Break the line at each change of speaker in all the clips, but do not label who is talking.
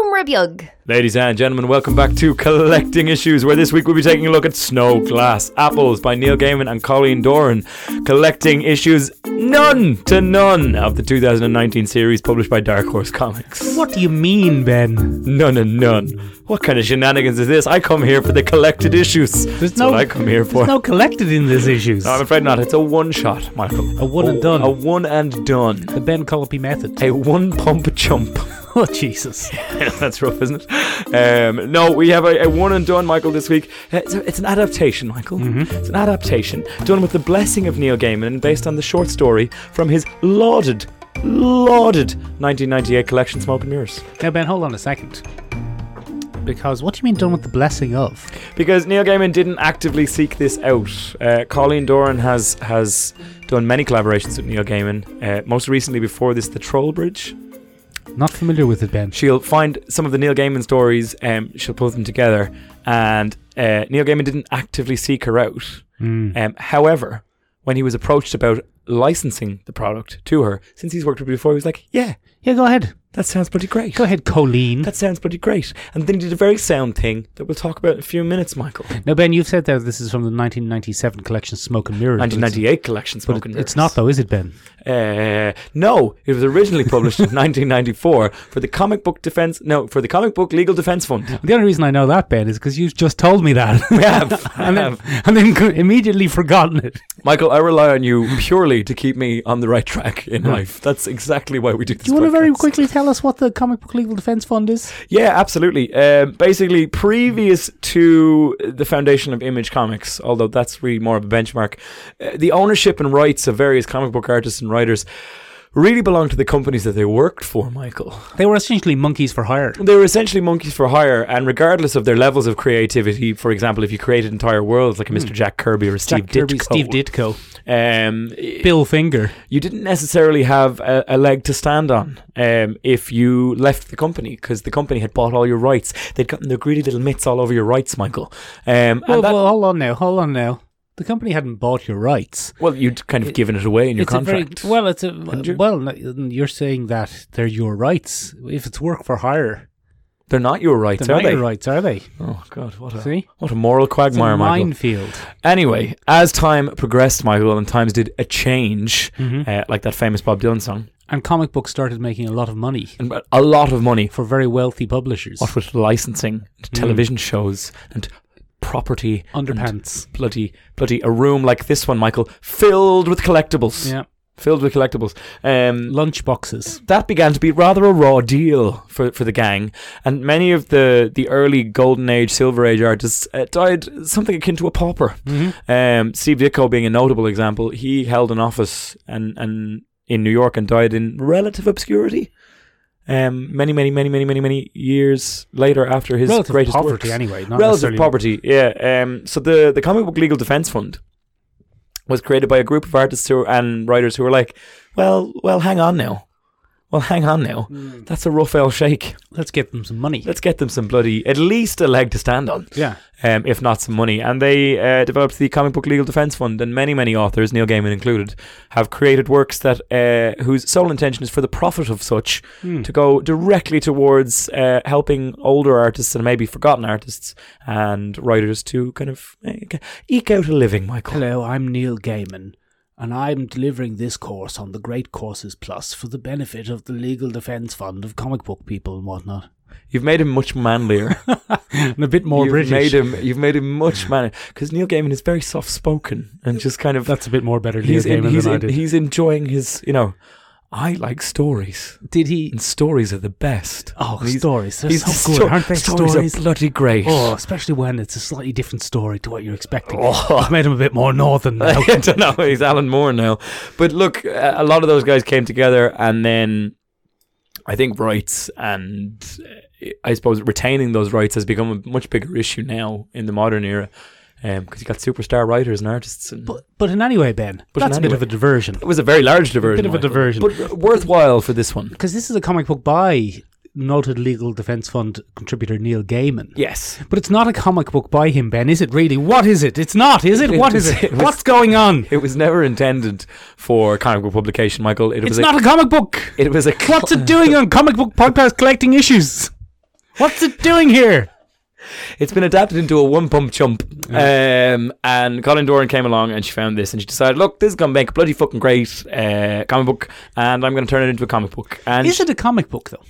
Shomrabyug.
Ladies and gentlemen, welcome back to Collecting Issues, where this week we'll be taking a look at Snow Glass Apples by Neil Gaiman and Colleen Doran. Collecting Issues none to none of the 2019 series published by Dark Horse Comics.
What do you mean, Ben?
None and none. What kind of shenanigans is this? I come here for the collected issues. That's what I come here for.
There's no collected in these issues.
No, I'm afraid not. It's a Oh, one shot, Michael.
A one and done.
A one and done.
the Ben Colopy method.
A one pump chump.
Oh Jesus!
That's rough, isn't it? Um, no, we have a, a one and done, Michael, this week. Uh, It's, a- it's an adaptation, Michael. It's an adaptation done with the blessing of Neil Gaiman and based on the short story from his lauded, lauded 1998 collection, Smoke and Mirrors.
Now, Ben, hold on a second. Because what do you mean done with the blessing of?
Because Neil Gaiman didn't actively seek this out. Uh, Colleen Doran has has done many collaborations with Neil Gaiman. Uh, most recently, before this, The Troll Bridge.
Not familiar with it, Ben.
she'll find some of the Neil Gaiman stories, um, she'll pull them together, and uh, Neil Gaiman didn't actively seek her out.
Hmm.
Um, however, when he was approached about licensing the product to her, since he's worked with her before, he was like, "Yeah,
Yeah, go ahead.
that sounds pretty great.
Go ahead, Colleen.
That sounds pretty great." And then he did a very sound thing that we'll talk about in a few minutes, Michael.
now, Ben, you've said that this is from the 1997 collection Smoke and Mirrors. but it's-
1998 collection,
But
Smoke
it-
and Mirrors.
it's not, though, is it, Ben?
Uh, no, it was originally published in 1994 for the comic book defense. No, for the comic book legal defense fund.
The only reason I know that, Ben, is because you've just told me that.
We have, I
and, then, and then co- immediately forgotten it.
Michael, I rely on you purely to keep me on the right track in life. That's exactly why we do this.
Hmm. Do you want to very
podcast.
quickly tell us what the Comic Book Legal Defense Fund is?
Yeah, absolutely. Um, basically, previous to the foundation of Image Comics, although that's really more of a benchmark, uh, the ownership and rights of various comic book artists and writers really belonged to the companies that they worked for, Michael.
They were essentially monkeys for hire.
They were essentially monkeys for hire, and regardless of their levels of creativity, for example, if you created entire worlds like a Mr. Jack Kirby or a Steve
Hmm. Jack Kirby,
Ditko,
Steve Ditko,
um,
Bill Finger.
you didn't necessarily have a, a leg to stand on um, if you left the company because the company had bought all your rights. They'd gotten their greedy little mitts all over your rights, Michael. Um,
Well,
and that, well,
well, hold on now, hold on now. The company hadn't bought your rights.
you'd kind of given it away in your
It's a very-
contract.
well, it's a
you?
well. no, You're saying that they're your rights. If it's work for hire,
they're not your rights,
they're
are
not
they?
your rights, are they?
Oh God, what a
See?
what a moral
It's a
quagmire, Michael.
minefield.
Anyway, as time progressed, Michael, and times did a change,
Mm-hmm.
uh, like that famous Bob Dylan song,
And comic books started making a lot of money
and a lot of money
for very wealthy publishers.
what with licensing,
Mm.
and television shows, and property and
Underpants.
bloody bloody a room like this one, Michael, filled with collectibles.
Yeah.
Filled with collectibles. Um,
Lunch boxes.
that began to be rather a raw deal for, for the gang, and many of the, the early Golden Age, Silver Age artists uh, died something akin to a pauper.
Mm-hmm.
Um, Steve Ditko being a notable example. He held an office and, and in New York and died in relative obscurity. Um, many, many, many, many, many, many years later after his
Relative
greatest
poverty,
works
anyway. Not
relative
necessarily-
poverty. Yeah. Um, so the the comic book legal defense fund was created by a group of artists who, and writers who were like, well, well, hang on now. Well, hang on now.
Hmm.
That's a rough L shake.
Let's get them some money.
Let's get them some bloody, at least a leg to stand on,
Yeah.
um, if not some money. And they uh, developed the Comic Book Legal Defense Fund, and many, many authors, Neil Gaiman included, have created works that uh, whose sole intention is for the profit of such
Hmm.
to go directly towards uh, helping older artists and maybe forgotten artists and writers to kind of uh, eke out a living, Michael.
Hello, I'm Neil Gaiman, and I'm delivering this course on the Great Courses Plus for the benefit of the Legal Defense Fund of comic book people and whatnot.
You've made him much manlier.
And a bit more
you've
British.
made him. You've made him much manlier because Neil Gaiman is very soft spoken and just kind of.
That's a bit more better Neil
he's in-
Gaiman
he's
than I
in-
did.
he's enjoying his. You know, I like stories.
did he?
And stories are the best.
Oh,
And he's-
stories. They're
he's-
so good,
sto-
aren't they?
Stories,
Stories.
are bloody great.
Oh, especially when it's a slightly different story to what you're expecting. I've made him a bit more northern now.
I don't know. He's Alan Moore now. But look, uh, a lot of those guys came together, and then I think rights and uh, I suppose retaining those rights has become a much bigger issue now in the modern era because you got superstar writers and artists. And
but, but in any way, Ben,
But in
that's a
any
bit of
way.
a diversion.
it was a very large diversion.
Bit of a
Michael,
diversion.
But uh, worthwhile for this one.
Because this is a comic book by noted Legal Defense Fund contributor Neil Gaiman.
Yes.
But it's not a comic book by him, Ben, is it really? What is it? It's not, is it? What is it? What's going on?
It was never intended for comic book publication, Michael. It was
It's
a,
not a comic book.
It was a. cl-
What's it doing on comic book podcast collecting issues? What's it doing here?
It's been adapted into a one pump chump. Um, and Colin Doran came along and she found this and she decided, look, this is going to make a bloody fucking great uh, comic book and I'm going to turn it into a comic book. And
Is it a comic book though?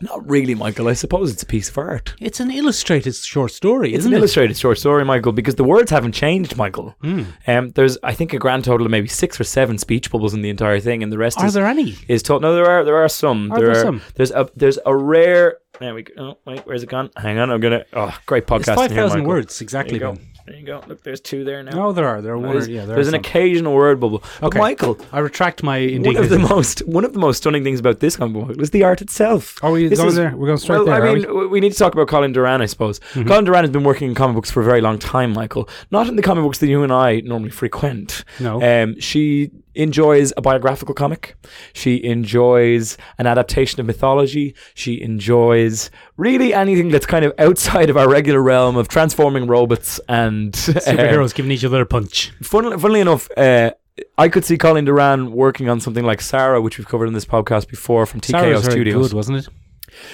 not really, Michael. I suppose it's a piece of art.
It's an illustrated short story,
It's
isn't
an
it?
illustrated short story, Michael, because the words haven't changed, Michael.
Hmm.
Um, there's, I think, a grand total of maybe six or seven speech bubbles in the entire thing, and the rest
Are
is
there any?
is told. No, there are there are some.
Are there some?
There's a there's a rare. There we go. Oh, wait, where's it gone? Hang on, I'm gonna. Oh, great podcast.
It's five thousand words
There
exactly.
you go.
Ben.
There you go. Look, there's two there now.
No, there are. There are one. or-
there's,
Oh, yeah, there
there's an
are some.
occasional word bubble. But
Okay.
Michael,
I retract my
one of the
indignity.
most one of the most stunning things about this comic book was the art itself.
Are Oh, we
This
going
is-
there? We're going straight
Well,
there.
I
are
mean,
we? Mm-hmm.
w- we need to talk about Colin Duran, I suppose. Colin Duran has been working in comic books for a very long time, Michael. Not in the comic books that you and I normally frequent.
No.
Um, she enjoys a biographical comic. She enjoys an adaptation of mythology. She enjoys really anything that's kind of outside of our regular realm of transforming robots and
Superheroes giving each other a punch.
Funnily, funnily enough, uh, I could see Colin Duran working on something like Sarah, which we've covered in this podcast before from TKO
Sarah was very
Studios.
good, wasn't it?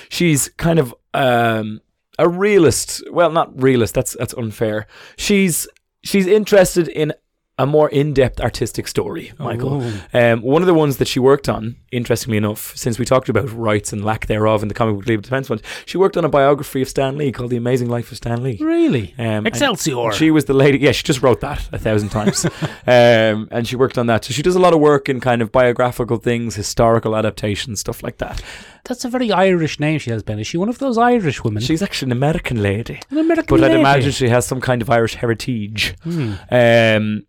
She's kind of um, a realist. Well, not realist. That's that's unfair. She's she's interested in a more in-depth artistic story, Michael.
Oh.
Um, one of the ones that she worked on, interestingly enough, since we talked about rights and lack thereof in the comic book League of Defense Fund, she worked on a biography of Stan Lee called The Amazing Life of Stan Lee.
Really?
Um, and-
Excelsior.
she was the lady. Yeah, she just wrote that a thousand times, um, and she worked on that. So she does a lot of work in kind of biographical things, historical adaptations, stuff like that.
That's a very Irish name she has, Ben. Is she one of those Irish women?
She's actually an American lady,
an American
but I'd
lady.
imagine she has some kind of Irish heritage.
Hmm.
Um,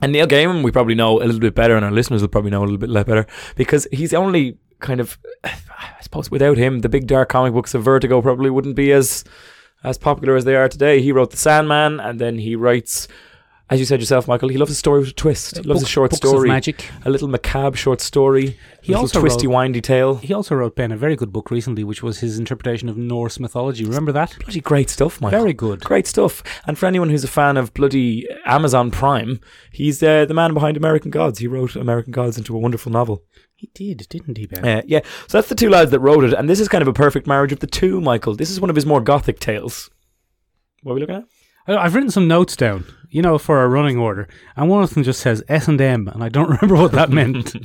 and Neil Gaiman, we probably know a little bit better, and our listeners will probably know a little bit le- better because he's only kind of, I suppose, without him, the big dark comic books of Vertigo probably wouldn't be as as popular as they are today. He wrote The Sandman, and then he writes, as you said yourself, Michael, he loves a story with a twist. He loves
Books-
a short
books Of
story,
magic.
a little macabre short story,
He
a little
also
twisty,
wrote-
windy tale.
He also wrote Ben a very good book recently, which was his interpretation of Norse mythology. Remember that?
Bloody great stuff, Michael.
Very good.
Great stuff. And for anyone who's a fan of bloody Amazon Prime, he's uh, the man behind American Gods. He wrote American Gods into a wonderful novel.
He did, didn't he, Ben?
Uh, yeah, so that's the two lads that wrote it, and this is kind of a perfect marriage of the two, Michael. This is one of his more gothic tales. What are we looking at?
I- I've written some notes down, you know, for our running order, and one of them just says S and M, and I don't remember what that meant.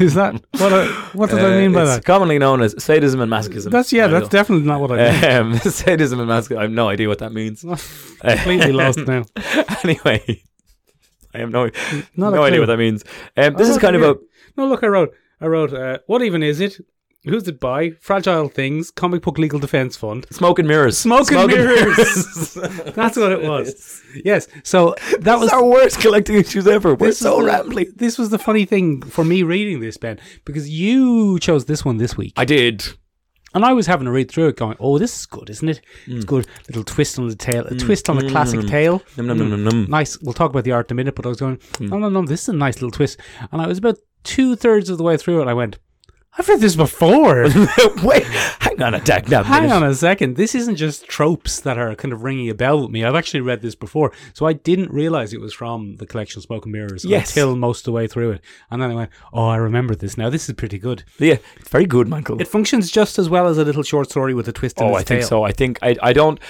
Is that what? I, what does I
Uh,
mean by
it's
that?
commonly known as sadism and masochism.
That's yeah, that's
Michael.
definitely not what I meant.
um, sadism and masochism. I have no idea what that means.
Completely lost now.
anyway, I have no,
Not a
no idea
clue.
what that means. Um, this
Oh,
is kind of
yeah.
a
No, look, I wrote, I wrote. Uh, what even is it? Who's it by? Fragile Things, Comic Book Legal Defense Fund.
smoke and mirrors.
Smoke and mirrors.
mirrors.
That's what it was. yes. So that was
That's our worst collecting issues ever. We're
This is
so
the-
rambling.
This was the funny thing for me reading this, Ben, because you chose this one this week.
I did.
And I was having a read through it going, oh, this is good, isn't it?
Mm.
It's good. Little twist on the tail, a twist on a classic tale. Mm.
Num, num, num, num, num.
Nice. We'll talk about the art in a minute, but I was going,
Mm.
no, no, no, this is a nice little twist. And I was about two thirds of the way through it, and I went, I've read this before.
Wait, hang on a dag now.
Hang on a second. This isn't just tropes that are kind of ringing a bell with me. I've actually read this before, so I didn't realize it was from the collection Smoke and Mirrors
Yes.
until most of the way through it. And then I went, "Oh, I remember this now. This is pretty good.
Yeah, it's very good, Michael.
It functions just as well as a little short story with a twist." in
oh,
its
I think
tail.
so. I think I, I don't.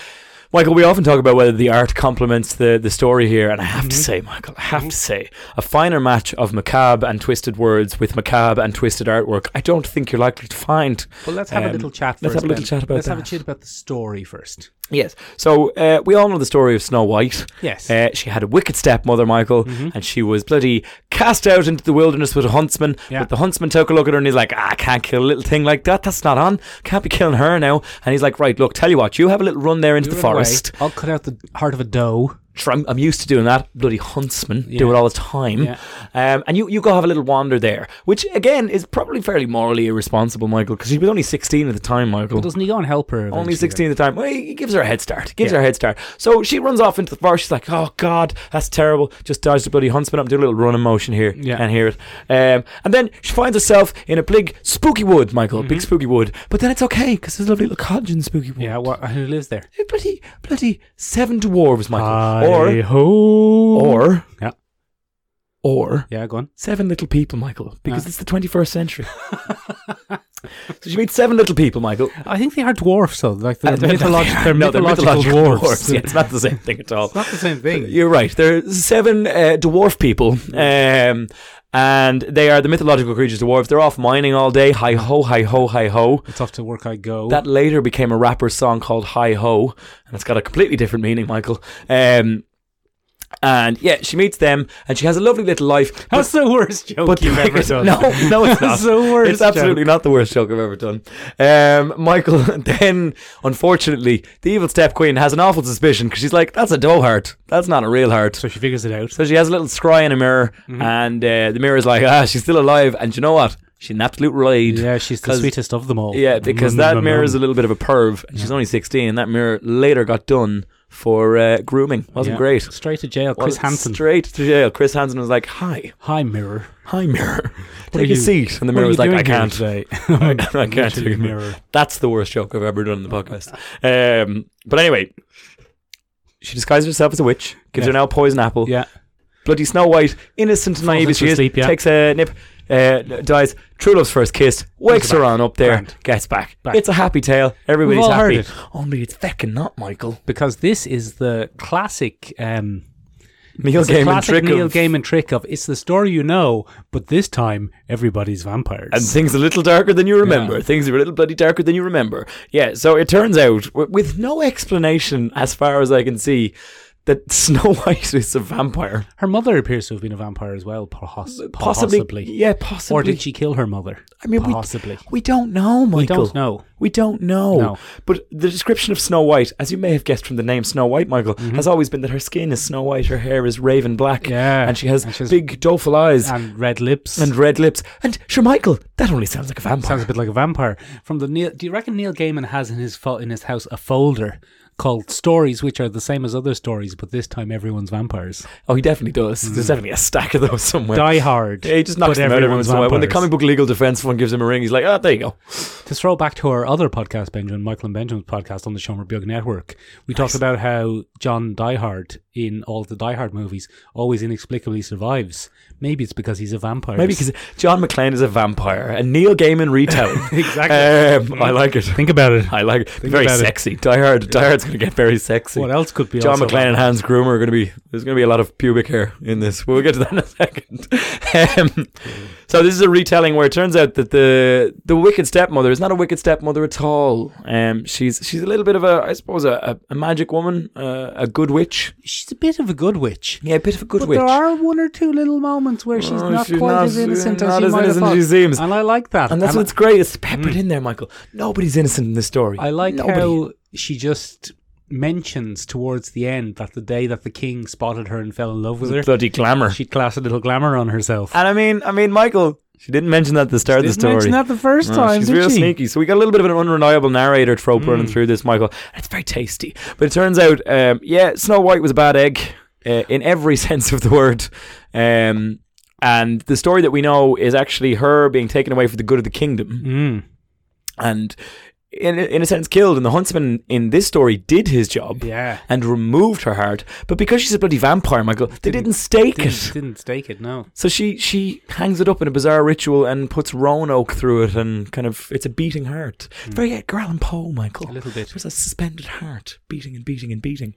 Michael, we often talk about whether the art complements the, the story here, and I have to say, Michael, I have to say, a finer match of macabre and twisted words with macabre and twisted artwork, I don't think you're likely to find.
Well, let's have
Um,
a little chat.
let's
first,
have a little
Ben.
chat about
Let's have a
that.
chat about the story first.
Yes. So uh, we all know the story of Snow White.
Yes. Mm-hmm.
Uh, she had a wicked stepmother, Michael, and she was bloody cast out into the wilderness with a huntsman.
Yeah.
But the huntsman took a look at her and he's like, ah, I can't kill a little thing like that. That's not on. Can't be killing her now. And he's like, Right, look, tell you what, you have a little run there into
You're
the
in way.
forest.
I'll cut out the heart of a doe.
Sure, I'm, I'm used to doing that. Bloody huntsman,
Yeah.
do it all the time.
Yeah.
Um, and you, you go have a little wander there, which again is probably fairly morally irresponsible, Michael, because she was only 16 at the time, Michael.
Doesn't he go and help her?
Only
eventually,
16 at the time. Well, he gives her a head start. Gives
Yeah.
her a head start. So she runs off into the forest. She's like, oh, God, that's terrible. Just dodged the bloody huntsman up and do a little run in motion here
Yeah.
and here it. Um, and then she finds herself in a big spooky wood, Michael. Big spooky wood. But then it's okay because there's a lovely little cottage in the spooky wood.
then? Mm-hmm. Yeah. What, who lives there?
Bloody, bloody seven dwarves, Michael. Or,
ho.
or,
Yeah.
or
yeah. Go on. Ah.
seven little people, Michael, because
Yeah.
it's the 21st century. So she meets seven little people, Michael.
I think they are dwarfs, though. Like they're,
They're-
mytholog- they're
no, they're
mythological
mythological
dwarfs.
dwarves. Yeah, it's not the same thing at all.
It's not the same thing.
You're right. There are seven uh, dwarf people, um, and they are the mythological creatures dwarves. They're off mining all day. Hi ho, hi ho, hi ho.
It's off to work I go.
That later became a rapper's song called Hi Ho, and it's got a completely different meaning, Michael. Um, and yeah, she meets them, and she has a lovely little life. but-
That's the worst joke
but the
you've ever
biggest-
done.
No, no, it's not.
That's the worst.
It's absolutely
joke.
not the worst joke I've ever done. Um, Michael then, unfortunately, the evil step queen has an awful suspicion because she's like, that's a dough heart. That's not a real heart.
So she figures it out.
So she has a little scry in a mirror,
Mm-hmm.
and uh, the mirror's like, ah, she's still alive. And you know what? She's an absolute ride.
Yeah, she's the
'Cause-
sweetest of them all.
Yeah, because
Mm,
that
mm,
mirror is a
mm.
little bit of a perv, and she's only 16, and that mirror later got done for uh, grooming. Wasn't
Yeah.
great.
Straight to jail, Chris
Well,
Hansen.
Straight to jail. Chris Hansen was like, hi,
Hi, mirror.
hi, mirror.
What
Take
are
a
you-
seat. And the
What
mirror
are
was
you
like, I
doing here
can't.
today?
I can't
Literally
do mirror.
mirror.
That's the worst joke I've ever done in the podcast. Um, but anyway, she disguises herself as a witch, gives
Yeah.
her now poison apple.
Yeah,
Bloody Snow White, innocent and naive as
into
she
a
is,
sleep, yeah.
takes a nip, uh, dies. True love's first kiss, wakes her on up there,
Grand.
gets back.
Back.
It's a happy tale. Everybody's
all
happy.
heard it.
Only it's feckin' not Michael.
because this is the classic. Um,
Neil
it's the
Gaiman
classic
trick
Neil
of,
Gaiman trick of it's the story you know, but this time everybody's vampires.
and things a little darker than you remember. Things are a little bloody darker than you remember. Yeah, so it turns out, w- with no explanation as far as I can see, that Snow White is a vampire.
her mother appears to have been a vampire as well, poss-
Possibly.
possibly.
Yeah, possibly.
Or did she kill her mother?
I mean, we-
possibly.
We don't know, Michael.
We, don't know.
We don't know.
No.
But the description of Snow White, as you may have guessed from the name Snow White, Michael,
Mm-hmm.
has always been that her skin is snow white, her hair is raven black,
Yeah,
and she has
and she has-
big, doleful eyes
And red lips.
and red lips. And sure, Michael, that only sounds like a vampire.
Sounds a bit like a vampire. From the Neil, do you reckon Neil Gaiman has in his fo- in his house a folder called stories, which are the same as other stories, but this time everyone's vampires.
oh, he definitely does. There's definitely a stack of those somewhere.
Mm. Die Hard.
Yeah, he just knocks
but
them out every
everyone's
once in a while. When the
vampires.
comic book legal defense fund gives him a ring, he's like, ah, there you go.
To throw back to our other podcast, Benjamin, Michael and Benjamin's podcast on the Shomer Bug Network, we talked about how John Diehard in all the Die Hard movies always inexplicably survives. Maybe it's because he's a vampire.
Maybe because John McClane is a vampire and Neil Gaiman retelling.
Exactly.
Um, I like it.
think about it.
I like it. Very
about it.
sexy. Die Hard. Die Hard's going to get very sexy.
What else could be?
John
also
McClane and Hans Grumer are going to be. There's going to be a lot of pubic hair in this. We'll get to that in a second. um, so this is a retelling where it turns out that the the wicked stepmother is not a wicked stepmother at all. Um, she's she's a little bit of a, I suppose, a, a, a magic woman, uh, a good witch.
She's a bit of a good witch.
Yeah, a bit of a good
But
witch.
there are one or two little moments where she's
Oh,
not
she's
quite
not-
as innocent
not
as you
as
might have
innocent as
thought.
she seems.
And I like that.
and that's
And
what's great. It's peppered in there, Michael. Nobody's innocent in this story.
I like
Nobody.
how she just mentions towards the end that the day that the king spotted her and fell in love with her,
bloody glamour.
she'd class a little glamour on herself.
and I mean, I mean, Michael. She didn't mention that at the start of the
Didn't
story.
mention that the first
No,
time,
She's
did
real
she? Mm.
sneaky. So we got a little bit of an unreliable narrator trope running through this, Michael. And It's very tasty. But it turns out, um, yeah, Snow White was a bad egg uh, in every sense of the word. Um, and the story that we know is actually her being taken away for the good of the kingdom
Mm.
and, in, in a sense, killed. And the huntsman in this story did his job.
Yeah.
And removed her heart, but because she's a bloody vampire, Michael, they didn't,
Didn't-
stake
Didn't,
it.
didn't stake it, no.
So she she hangs it up in a bizarre ritual and puts Roanoke through it, and kind of it's a beating heart. Very Edgar Allan Poe, Michael.
Hmm. A little bit.
There's a suspended heart beating and beating and beating,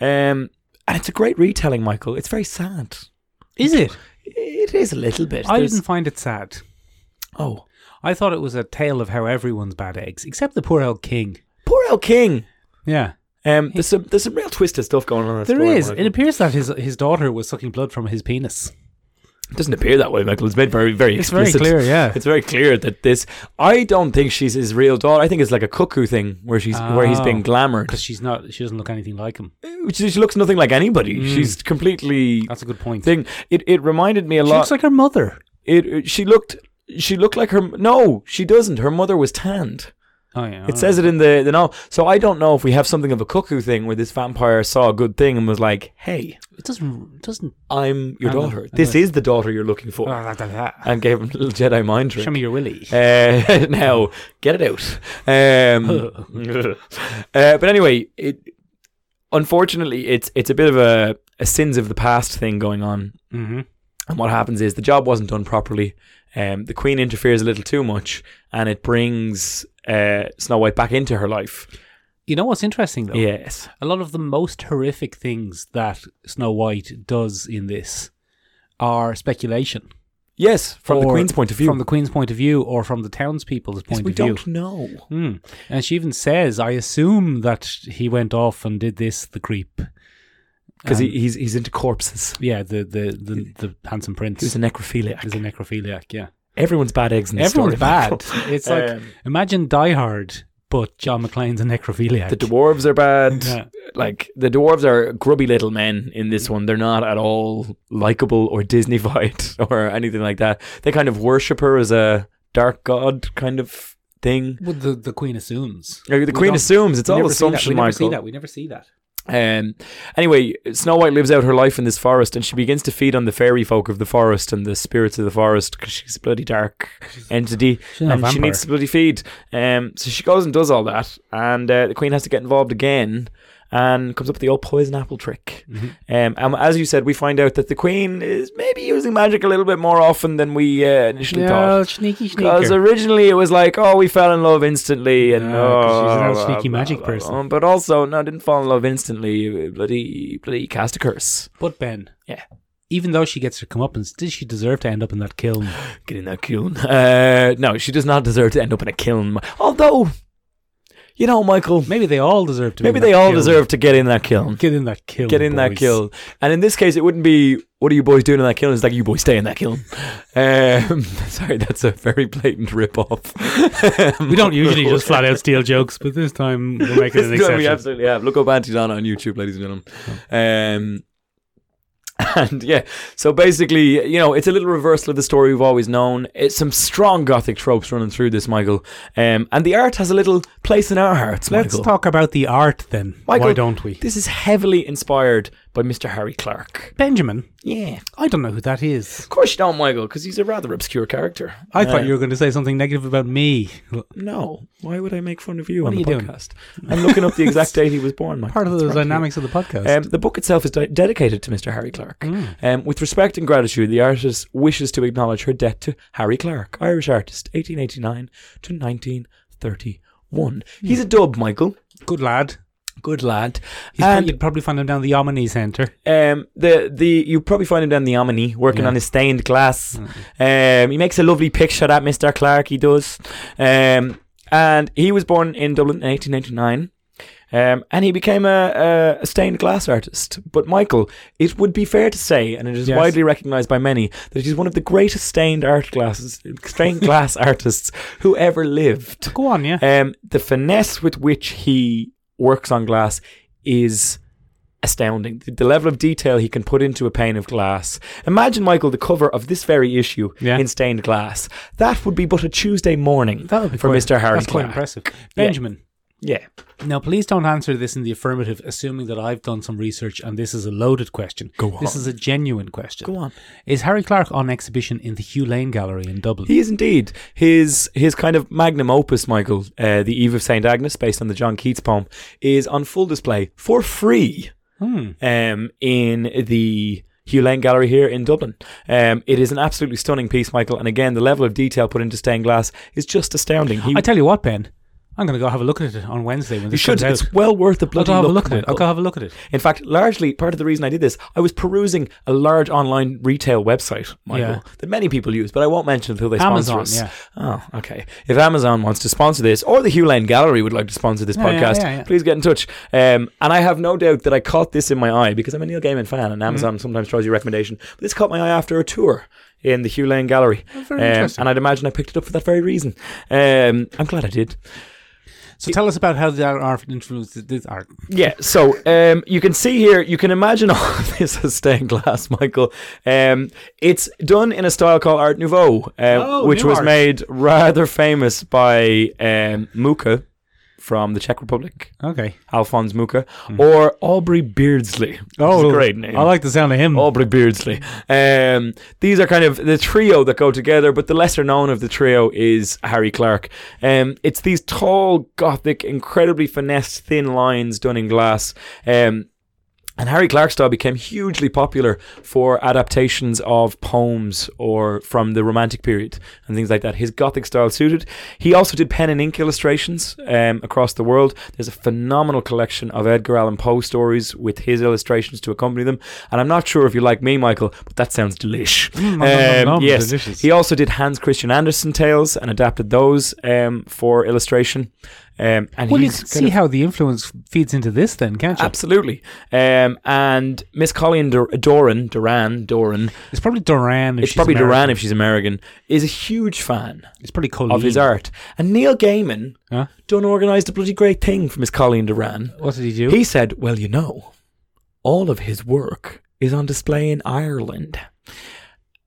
um, and it's a great retelling, Michael. It's very sad.
Is it?
It is a little bit.
I
There's-
didn't find it sad.
oh,
I thought it was a tale of how everyone's bad eggs, except the poor old king.
poor El King.
Yeah.
Um, there's some there's some real twisted stuff going on. In that
There
story,
is.
Michael.
It appears that his his daughter was sucking blood from his penis.
It doesn't appear that way, Michael. It's made very very
It's very
explicit.
clear, yeah.
It's very clear that this. I don't think she's his real daughter. I think it's like a cuckoo thing where she's where he's
Oh.
being glamored.
Because she's not, she doesn't look anything like him.
she, she looks nothing like anybody.
Mm.
She's completely
That's a good point.
thing. It it reminded me a
she
lot.
looks like her mother.
it, it- she looked she looked like her. No, she doesn't. Her mother was tanned.
Oh yeah.
It says it in the the novel. So I don't know if we have something of a cuckoo thing where this vampire saw a good thing and was like, "Hey,
it doesn't it doesn't.
I'm your
I know,
daughter.
I
This
know.
is the daughter you're looking for."
Ah,
and gave him a little Jedi mind trick.
Show me your willy.
Uh, now get it out. Um, uh, but anyway, it unfortunately it's it's a bit of a, a sins of the past thing going on.
mm-hmm.
And what happens is the job wasn't done properly. um, the Queen interferes a little too much, and it brings uh, Snow White back into her life.
You know what's interesting though?
Yes,
A lot of the most horrific things that Snow White does in this are speculation
yes, from the
Or
Queen's point of view.
from the Queen's point of view, or from the townspeople's
Yes,
point
we
of view.
don't know.
Hmm. And she even says, "I assume that he went off and did this, the creep."
because
And-
he, he's he's into corpses.
yeah, the the the, the handsome prince
He's a
is
necrophiliac.
a necrophiliac. Yeah,
Everyone's bad eggs in this
everyone's
story, Michael.
bad. It's like
Um,
imagine Die Hard, but John McClane's a necrophiliac.
the dwarves are bad.
Yeah.
Like the dwarves are grubby little men in this one. They're not at all likable or Disneyfied or anything like that. They kind of worship her as a dark god kind of thing.
Well, the the Queen assumes.
Like, the
We
Queen
don't-
assumes it's
we
all
never see that.
assumption,
We never
Michael.
see that. We never see that.
Um, anyway, Snow White lives out her life in this forest, and she begins to feed on the fairy folk of the forest and the spirits of the forest because she's a bloody dark entity,
not a
and she
vampire.
needs to bloody feed. Um, so she goes and does all that, and uh, the queen has to get involved again, and comes up with the old poison apple trick.
Mm-hmm.
Um, and as you said, we find out that the queen is maybe using magic a little bit more often than we uh, initially thought.
sneaky
Because originally it was like, oh, we fell in love instantly, and
Yeah,
oh,
'cause she's an old
blah,
sneaky
blah,
magic
blah, blah,
person.
blah. But also, no, didn't fall in love instantly. Bloody, bloody cast a curse.
But Ben,
Yeah.
even though she gets her comeuppance, did she deserve to end up in that kiln?
Get in that kiln. Uh, no, she does not deserve to end up in a kiln. Although, you know, Michael,
Maybe they all deserve to. be
maybe
in that
they all
kiln.
deserve to get in that kiln.
Get in that kiln.
Get in that
boys.
kiln. And in this case, it wouldn't be, what are you boys doing in that kiln? It's like, you boys stay in that kiln. Um, sorry, that's a very blatant rip-off.
We don't usually just flat out steal jokes, but this time we're making an
This is what We
exception.
absolutely have. Look up Antidana on YouTube, ladies and gentlemen. Um, and yeah, so basically, you know, it's a little reversal of the story we've always known. It's some strong gothic tropes running through this, Michael. Um, and the art has a little place in our hearts,
Let's
Michael.
talk about the art then.
Michael,
Why don't we?
This is heavily inspired by Mr. Harry Clark.
Benjamin,
Yeah.
I don't know who that is.
Of course you don't, Michael, because he's a rather obscure character. Um,
I thought you were going to say something negative about me.
No. Why would I make fun of you
What
on
are
the
you doing?
podcast? I'm looking up the exact date he was born, Michael.
Part of the
That's right.
dynamics of the podcast.
Um, the book itself is de- dedicated to Mr. Harry Clark. Um, with respect and gratitude, the artist wishes to acknowledge her debt to Harry Clark, Irish artist, 1889 to 1931. He's a dub, Michael.
Good lad.
Good lad.
He's prob-
and
you'd probably find him down the Omni Centre.
um, the the you probably find him down the Omni working
Yeah. Mm-hmm.
on his stained glass. Um, he makes a lovely picture that Mr. Clark he does. Um, and he was born in Dublin in 1899. Um, and he became a, a stained glass artist. But Michael, it would be fair to say, and it is
Yes.
widely recognised by many, that he's one of the greatest stained art glasses, stained glass artists who ever lived.
Go on, yeah.
Um, the finesse with which he works on glass is astounding. The, the level of detail he can put into a pane of glass. Imagine, Michael, the cover of this very issue
Yeah.
in stained glass. That would be but a Tuesday morning
That would be
for
quite-
Mr. Harry
That's quite
Clark.
impressive. Benjamin,
Yeah.
now please don't answer this in the affirmative, assuming that I've done some research and this is a loaded question.
Go on.
This is a genuine question.
Go on.
Is Harry Clark on exhibition in the Hugh Lane Gallery in Dublin?
He is indeed. His his kind of magnum opus, Michael, uh, The Eve of St. Agnes, based on the John Keats poem, is on full display for free
Hmm.
um, in the Hugh Lane Gallery here in Dublin. Um, it is an absolutely stunning piece, Michael. And again, the level of detail put into stained glass is just astounding. He,
I tell you what, Ben, I'm going to go have a look at it on Wednesday when
you
this
should.
comes out.
It's well worth the
I'll
bloody
go have
look.
a look at it.
Michael.
I'll go have a look at it.
In fact, largely part of the reason I did this, I was perusing a large online retail website, Michael,
Yeah.
that many people use, but I won't mention until they
Amazon,
sponsor
yeah.
us. Oh, okay. If Amazon wants to sponsor this, or the Hugh Lane Gallery would like to sponsor this
Yeah, yeah,
podcast,
yeah, yeah.
please get in touch. Um, and I have no doubt that I caught this in my eye because I'm a Neil Gaiman fan,
Mm-hmm.
and Amazon sometimes throws you a recommendation. But this caught my eye after a tour in the Hugh Lane Gallery,
Oh, very
Um,
interesting.
and I'd imagine I picked it up for that very reason. Um, I'm glad I did.
So tell us about how the art influenced this art.
Yeah, so um, you can see here, you can imagine all of this as stained glass, Michael. Um, it's done in a style called Art Nouveau, uh,
Oh,
which
new
was
art.
made rather famous by um, Mucha from the Czech Republic,
Okay.
Alphonse Mucha,
Hmm.
or Aubrey Beardsley. which is a great name.
Oh,
Oh,
I like the sound of him.
Aubrey Beardsley. Um, these are kind of the trio that go together, but the lesser known of the trio is Harry Clark. Um, it's these tall, gothic, incredibly finessed, thin lines done in glass. Um, And Harry Clarkstyle became hugely popular for adaptations of poems or from the Romantic period and things like that. His Gothic style suited. He also did pen and ink illustrations um, across the world. There's a phenomenal collection of Edgar Allan Poe stories with his illustrations to accompany them. And I'm not sure if you like me, Michael, but that sounds delish.
Mm,
Um,
nom, nom, nom,
yes,
delicious.
he also did Hans Christian Andersen tales and adapted those um, for illustration. Um, and
Well, you
he's
can
kind
see
of-
how the influence feeds into this, then, can't you?
Absolutely. Um, and Miss Colleen Dur- Doran, Duran, Doran,
It's probably Duran. If
it's
she's
probably
American.
Duran if she's American, is a huge fan
It's probably Colleen.
of his art. And Neil Gaiman
Huh?
done organised a bloody great thing for Miss Colleen Duran.
What did he do?
He said, Well, you know, all of his work is on display in Ireland.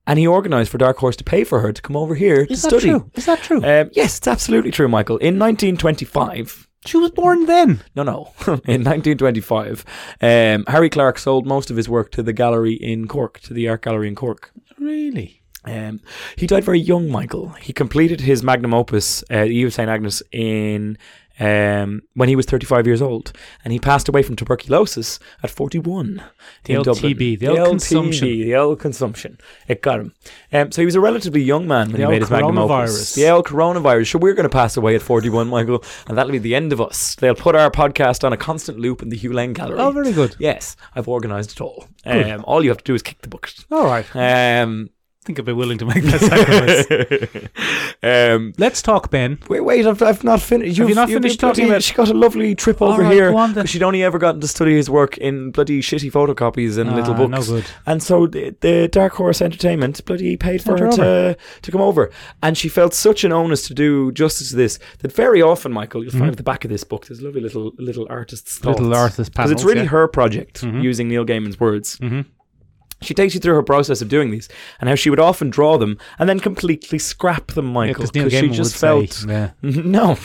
And he organised for Dark Horse to pay for her to come over here
Is
to
that
study.
true? Is that true?
Um, yes, it's absolutely true, Michael. In 1925,
she was born then.
no, no. in 1925, um, Harry Clark sold most of his work to the gallery in Cork, to the art gallery in Cork.
Really?
Um, he died very young, Michael. He completed his magnum opus, uh, The Eve of St. Agnes, in um, when he was 35 years old, and he passed away from tuberculosis at 41.
The
in
old
Dublin.
TB, the old consumption.
The old consumption. It got him. Um, so he was a relatively young man when
The
he
old
made his magnum opus.
coronavirus.
The old coronavirus. Sure, we're going to pass away at 41, Michael, and that'll be the end of us. They'll put our podcast on a constant loop in the Hugh Lane Gallery.
Oh, very good.
Yes, I've organised it all.
Good.
Um, all you have to do is kick the bucket.
All right. I
Um,
think I'd be willing to make that sacrifice.
um,
Let's talk, Ben.
wait, wait, I've, I've not finished.
you not finished talking about-
She got a lovely trip
All
over
right,
here.
go on then.
'cause She'd only ever gotten to study his work in bloody shitty photocopies and little
Ah,
books.
No good.
And so the, the Dark Horse Entertainment bloody paid for
Sent
her
her
to, to come over. And she felt such an onus to do justice to this that very often, Michael, you'll find at the back of this book, there's lovely little little artist's
Mm-hmm. Little artist
Because
panels.
it's really
yeah. Mm-hmm.
her project, using Neil Gaiman's words.
Mhm.
She takes you through her process of doing these and how she would often draw them and then completely scrap them,
Yeah,
Michael.
'cause Neil
she
Gaiman
just
would
felt.
say, yeah.
No,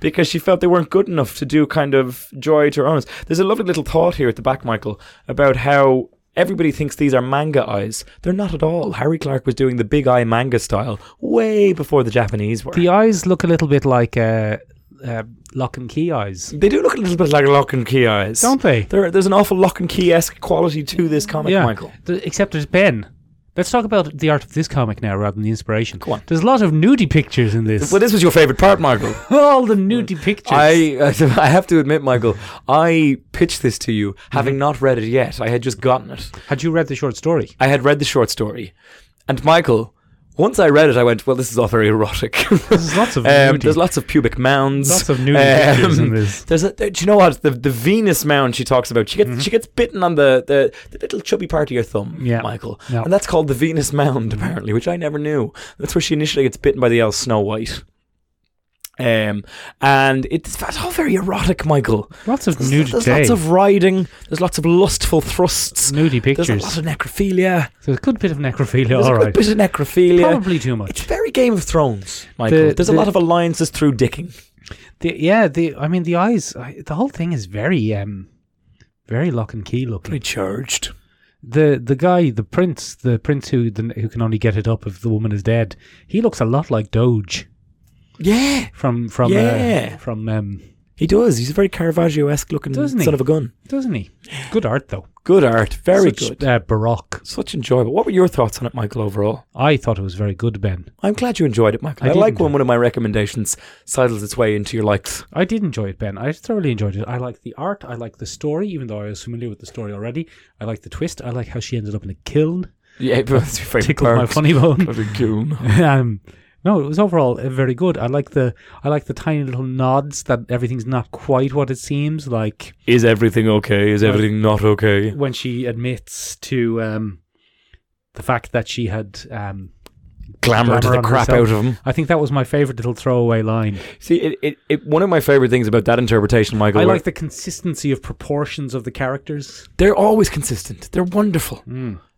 because she felt they weren't good enough to do kind of joy to her owners. There's a lovely little thought here at the back, Michael, about how everybody thinks these are manga eyes. They're not at all. Harry Clark was doing the big eye manga style way before the Japanese were.
The eyes look a little bit like uh, uh, lock and key eyes,
they do look a little bit like lock and key eyes.
don't they?
There, there's an awful lock and key esque quality to this comic, Michael.
Th- except there's Ben. Let's talk about the art of this comic now rather than the inspiration.
Go on.
There's a lot of nudie pictures in this.
Well, this was your favorite part, Michael.
All the nudie pictures.
I I have to admit, Michael, I pitched this to you having not read it yet. I had just gotten it.
Had you read the short story?
I had read the short story, and Michael, once I read it, I went, "Well, this is all very erotic."
There's lots of
Um,
nudie.
there's lots of pubic mounds. Um,
Lots of nudie pictures in this. Mm-hmm.
There's a, there- do you know what the the Venus mound she talks about? She gets she gets bitten on the, the, the little chubby part of your thumb,
Yeah.
Michael,
Yeah.
and that's called the Venus mound apparently, which I never knew. That's where she initially gets bitten by the elf Snow White. Um, and it's, that's all very erotic, Michael.
lots of
There's,
nudity.
there's lots of riding. There's lots of lustful thrusts.
nudie
There's a
pictures.
lot of necrophilia.
There's a good bit of necrophilia.
There's
All
a
right,
good bit of necrophilia.
probably too
It's
much.
very Game of Thrones, Michael.
The-
There's a
the-
lot of alliances through dicking.
The, yeah, the I mean the eyes. I, the whole thing is very um, very lock and key looking.
charged.
the the guy, the prince, the prince who the, who can only get it up if the woman is dead. He looks a lot like Doge
Yeah,
from from
Yeah.
uh, from um,
he does. He's a very Caravaggio-esque looking
Doesn't he?
son of a gun.
doesn't he? Good art though,
Good art, very
Such,
good.
uh, baroque.
Such enjoyable. What were your thoughts on it, Michael? Overall,
I thought it was very good, Ben.
I'm glad you enjoyed it, Michael.
I
I,
did
like
enjoy
when one of my recommendations sidles its way into your likes.
I did enjoy it, Ben. I thoroughly enjoyed it. I like the art. I like the story, even though I was familiar with the story already. I like the twist. I like how she ended up in a kiln.
Yeah, it was your favorite
Tickled my
part.
funny bone.
Bloody goon.
um, no, it was overall uh, very good. I like the I like the tiny little nods that everything's not quite what it seems. Like
Is everything okay? Is everything not okay?
when she admits to um, the fact that she had. Um,
Glamour to
Glamour
the
on
crap
herself.
out of him.
I think that was my favorite little throwaway line.
See, it, it, it, one of my favorite things about that interpretation, Michael,
I
were-
like the consistency of proportions of the characters.
They're always consistent. They're wonderful.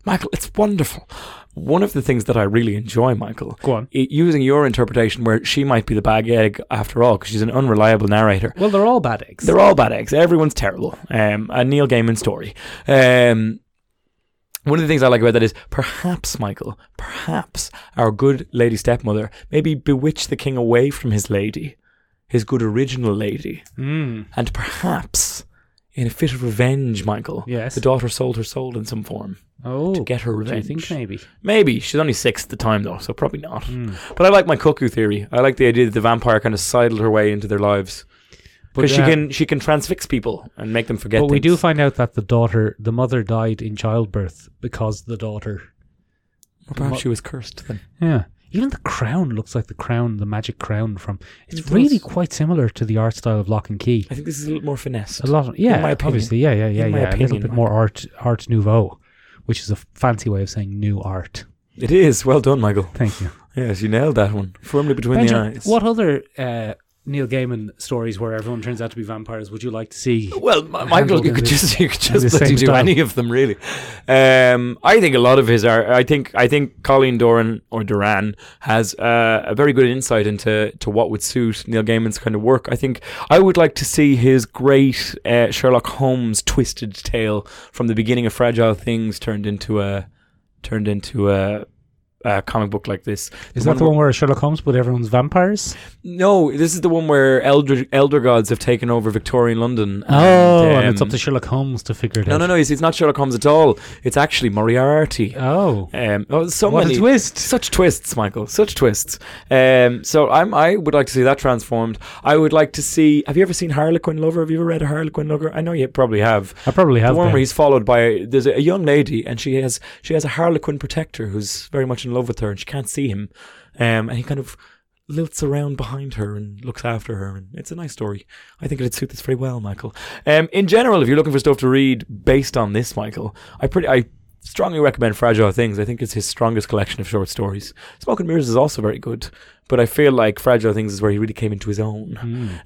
Michael, it's wonderful. One of the things that I really enjoy, Michael,
Go on.
i- using your interpretation where she might be the bag egg after all, because she's an unreliable narrator.
Well, they're all bad eggs.
They're all bad eggs. Everyone's terrible. Um, a Neil Gaiman story. Um, one of the things I like about that is perhaps, Michael, perhaps our good lady stepmother maybe bewitched the king away from his lady, his good original lady.
Mm.
And perhaps in a fit of revenge, Michael.
Yes.
The daughter sold her soul in some form.
Oh,
to get her
do you
revenge.
think Hmm. maybe?
Maybe. She's only six at the time, though, so probably not. But I like my cuckoo theory. I like the idea that the vampire kind of sidled her way into their lives.
But,
Because
uh,
she can she can transfix people and make them forget
But we do
things.
find out that the daughter, the mother, died in childbirth because the daughter.
Or perhaps she was cursed then.
Yeah. Even the crown looks like the crown, the magic crown from. It's
It
really
does.
quite similar to the art style of Lock and Key.
I think this is a little more finesse.
A lot, of, yeah,
my opinion.
obviously, yeah, yeah, yeah,
In my
yeah. A little
opinion,
bit
Mike.
more art, art nouveau, which is a fancy way of saying new art.
It is. Well done, Michael.
Thank you.
Yes, you nailed that one. Firmly between
Benjamin,
the eyes.
what other uh, Neil Gaiman stories where everyone turns out to be vampires would you like to see?
Well, M-
handled
Michael, you
in
could
the-
just you could
in the
just let
same
him do
style.
any of them, really. Um, I think a lot of his are. I think I think Colleen Doran or Duran has uh, a very good insight into to what would suit Neil Gaiman's kind of work. I think I would like to see his great uh, Sherlock Holmes twisted tale from the beginning of Fragile Things turned into a turned into a. A comic book like this
Is that the one where Sherlock Holmes but everyone's vampires?
No, this is the one where elder elder gods have taken over Victorian London.
Oh, and it's
um,
up to Sherlock Holmes to figure it
No,
out.
no, no. It's, it's not Sherlock Holmes at all. It's actually Moriarty.
Oh,
Um, oh, so
what
many
a twist!
such twists, Michael. Such twists. Um, so I'm. I would like to see that transformed. I would like to see. Have you ever seen Harlequin Lover? Have you ever read a Harlequin Lover? I know you probably have.
I probably
the
have.
one
been.
where he's followed by there's a, a young lady and she has she has a Harlequin protector who's very much in love with her and she can't see him, um, and he kind of lilts around behind her and looks after her and it's a nice story. I think it'd suit this very well, Michael. Um, in general, if you're looking for stuff to read based on this, Michael, I pretty I strongly recommend Fragile Things. I think it's his strongest collection of short stories. Smoke and Mirrors is also very good, but I feel like Fragile Things is where he really came into his own.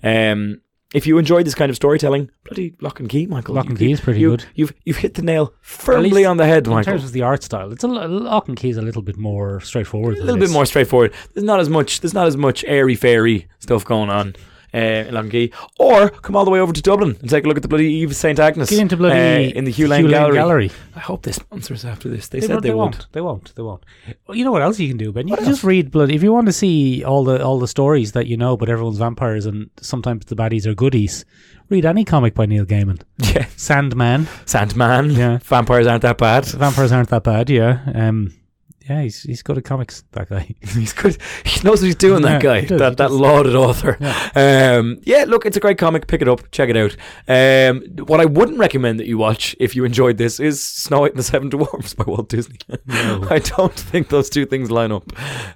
Mm.
Um, if you enjoyed this kind of storytelling, bloody lock and key, Michael.
Lock and
You-
Key is pretty
you,
good.
You've you've hit the nail
At
firmly
least
on the head,
In
Michael.
terms of the art style, it's a li- Lock and Key is a little bit more straightforward.
A little bit more straightforward. There's not as much. There's not as much airy fairy stuff going on uh, in Lock and Key. Or come all the way over to Dublin and take a look at the bloody Eve of Saint Agnes
Get into bloody
uh, in the Hugh Lane, Gallery.
Gallery.
I hope they sponsor us after this. They,
They,
said
won't-
they,
they
would.
won't. They won't. They won't. Well, you know what else you can do, Ben? You can just read blood. If you want to see all the all the stories that you know, but everyone's vampires and sometimes the baddies are goodies. Read any comic by Neil Gaiman.
Yeah,
Sandman.
Sandman.
Yeah.
Vampires aren't that bad.
Vampires aren't that bad. Yeah. Um. Yeah. He's he's good at comics. That guy.
he's good. He knows what he's doing. that
Yeah,
guy.
he does, he
that that
does.
lauded author. Yeah. Um, yeah. Look, it's a great comic. Pick it up. Check it out. Um, what I wouldn't recommend that you watch if you enjoyed this is Snow White and the Seven Dwarfs by Walt Disney. I don't think those two things line up.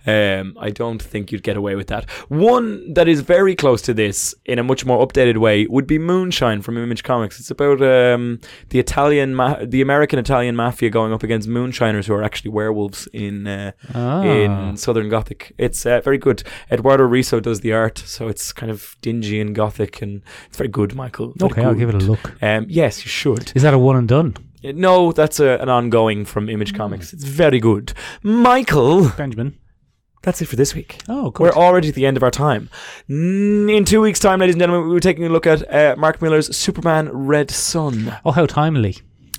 Um, I don't think you'd get away with that. One that is very close to this in a much more updated way would be Moonshine from Image Comics. It's about um, the Italian, ma- the American Italian mafia going up against moonshiners who are actually werewolves in. Uh,
Ah.
in Southern Gothic. It's uh, very good. Eduardo Riso does the art, so it's kind of dingy and Gothic, and it's very good, Michael. Very
okay, I'll give it a
good.
look.
Um, yes, you should.
Is that a one and done?
Uh, No, that's a, an ongoing from
Hmm.
Image Comics. It's very good. Michael,
Benjamin.
that's it for this week.
Oh, good.
We're already at the end of our time. N- In two weeks' time, ladies and gentlemen, we were taking a look at uh, Mark Miller's Superman Red Sun.
oh, how timely.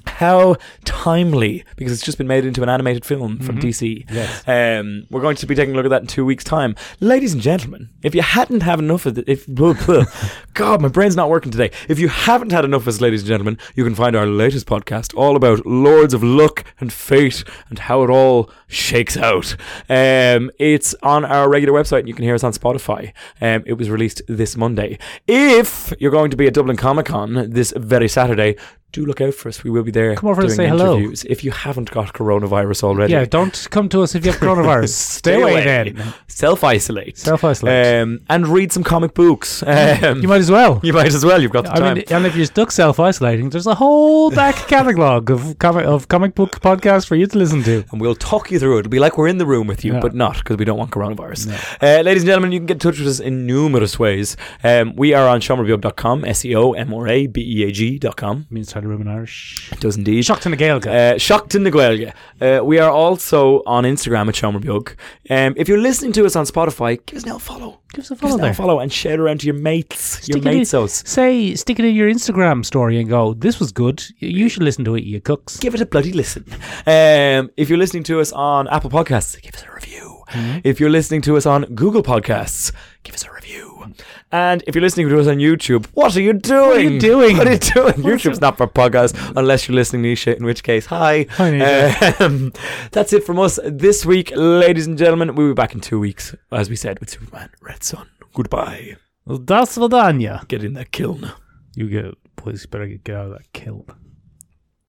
How timely, because it's just been made into an animated film from
Mhm.
DC.
Yes.
Um, we're going to be taking a look at that in two weeks' time. Ladies and gentlemen, if you hadn't had enough of it, if blah, blah. God, my brain's not working today. If you haven't had enough of us, ladies and gentlemen, you can find our latest podcast all about Lords of Luck and Fate and how it all shakes out. Um, it's on our regular website and you can hear us on Spotify. Um, it was released this Monday. If you're going to be at Dublin Comic Con this very Saturday, do look out for us. We will be there.
Come over and
doing
say hello.
interviews. If you haven't got coronavirus already,
Yeah, don't come to us if you have coronavirus. Stay,
Stay
away,
away.
then.
self isolate.
Self isolate.
Um, and read some comic books. Um,
you might as well.
you might as well. You've got the
I
time.
mean, and if you're stuck self isolating, there's a whole back catalogue of comic of comic book podcasts for you to listen to.
and we'll talk you through it. It'll be like we're in the room with you,
Yeah.
but not because we don't want coronavirus. Uh, ladies and gentlemen, you can get in touch with us in numerous ways. Um, we are on seomrabeag.com, S E O M R A B E A G.com.
Means Tidy Room in Irish.
It does indeed.
Shocked in the Gaelga.
Uh, Shockton na Gaeilge. Uh, we are also on Instagram at Seomra Bheog. Um If you're listening to us on Spotify, give us now a follow.
Give us a
Give
follow
us now
there.
a follow and share around to your mates, your
Stick it in-
matesos.
Say, stick it in your Instagram story and go, this was good. Y- You should listen to it, you cooks.
give it a bloody listen. Um, if you're
Hmm?
listening to us on Apple Podcasts, give us a review. If you're listening to us on Google Podcasts, give us a review. And if you're listening to us on YouTube, what are you doing? What
are you doing?
What are you doing? YouTube's not for podcasts unless you're listening, Nisha, in which case, hi.
Hi, Nisha.
Um, that's it from us this week, ladies and gentlemen. We'll be back in two weeks, as we said, with Superman Red Sun. Goodbye.
Well, that's Vidania.
Get in that kiln.
You get, boys, you better get out of that kiln.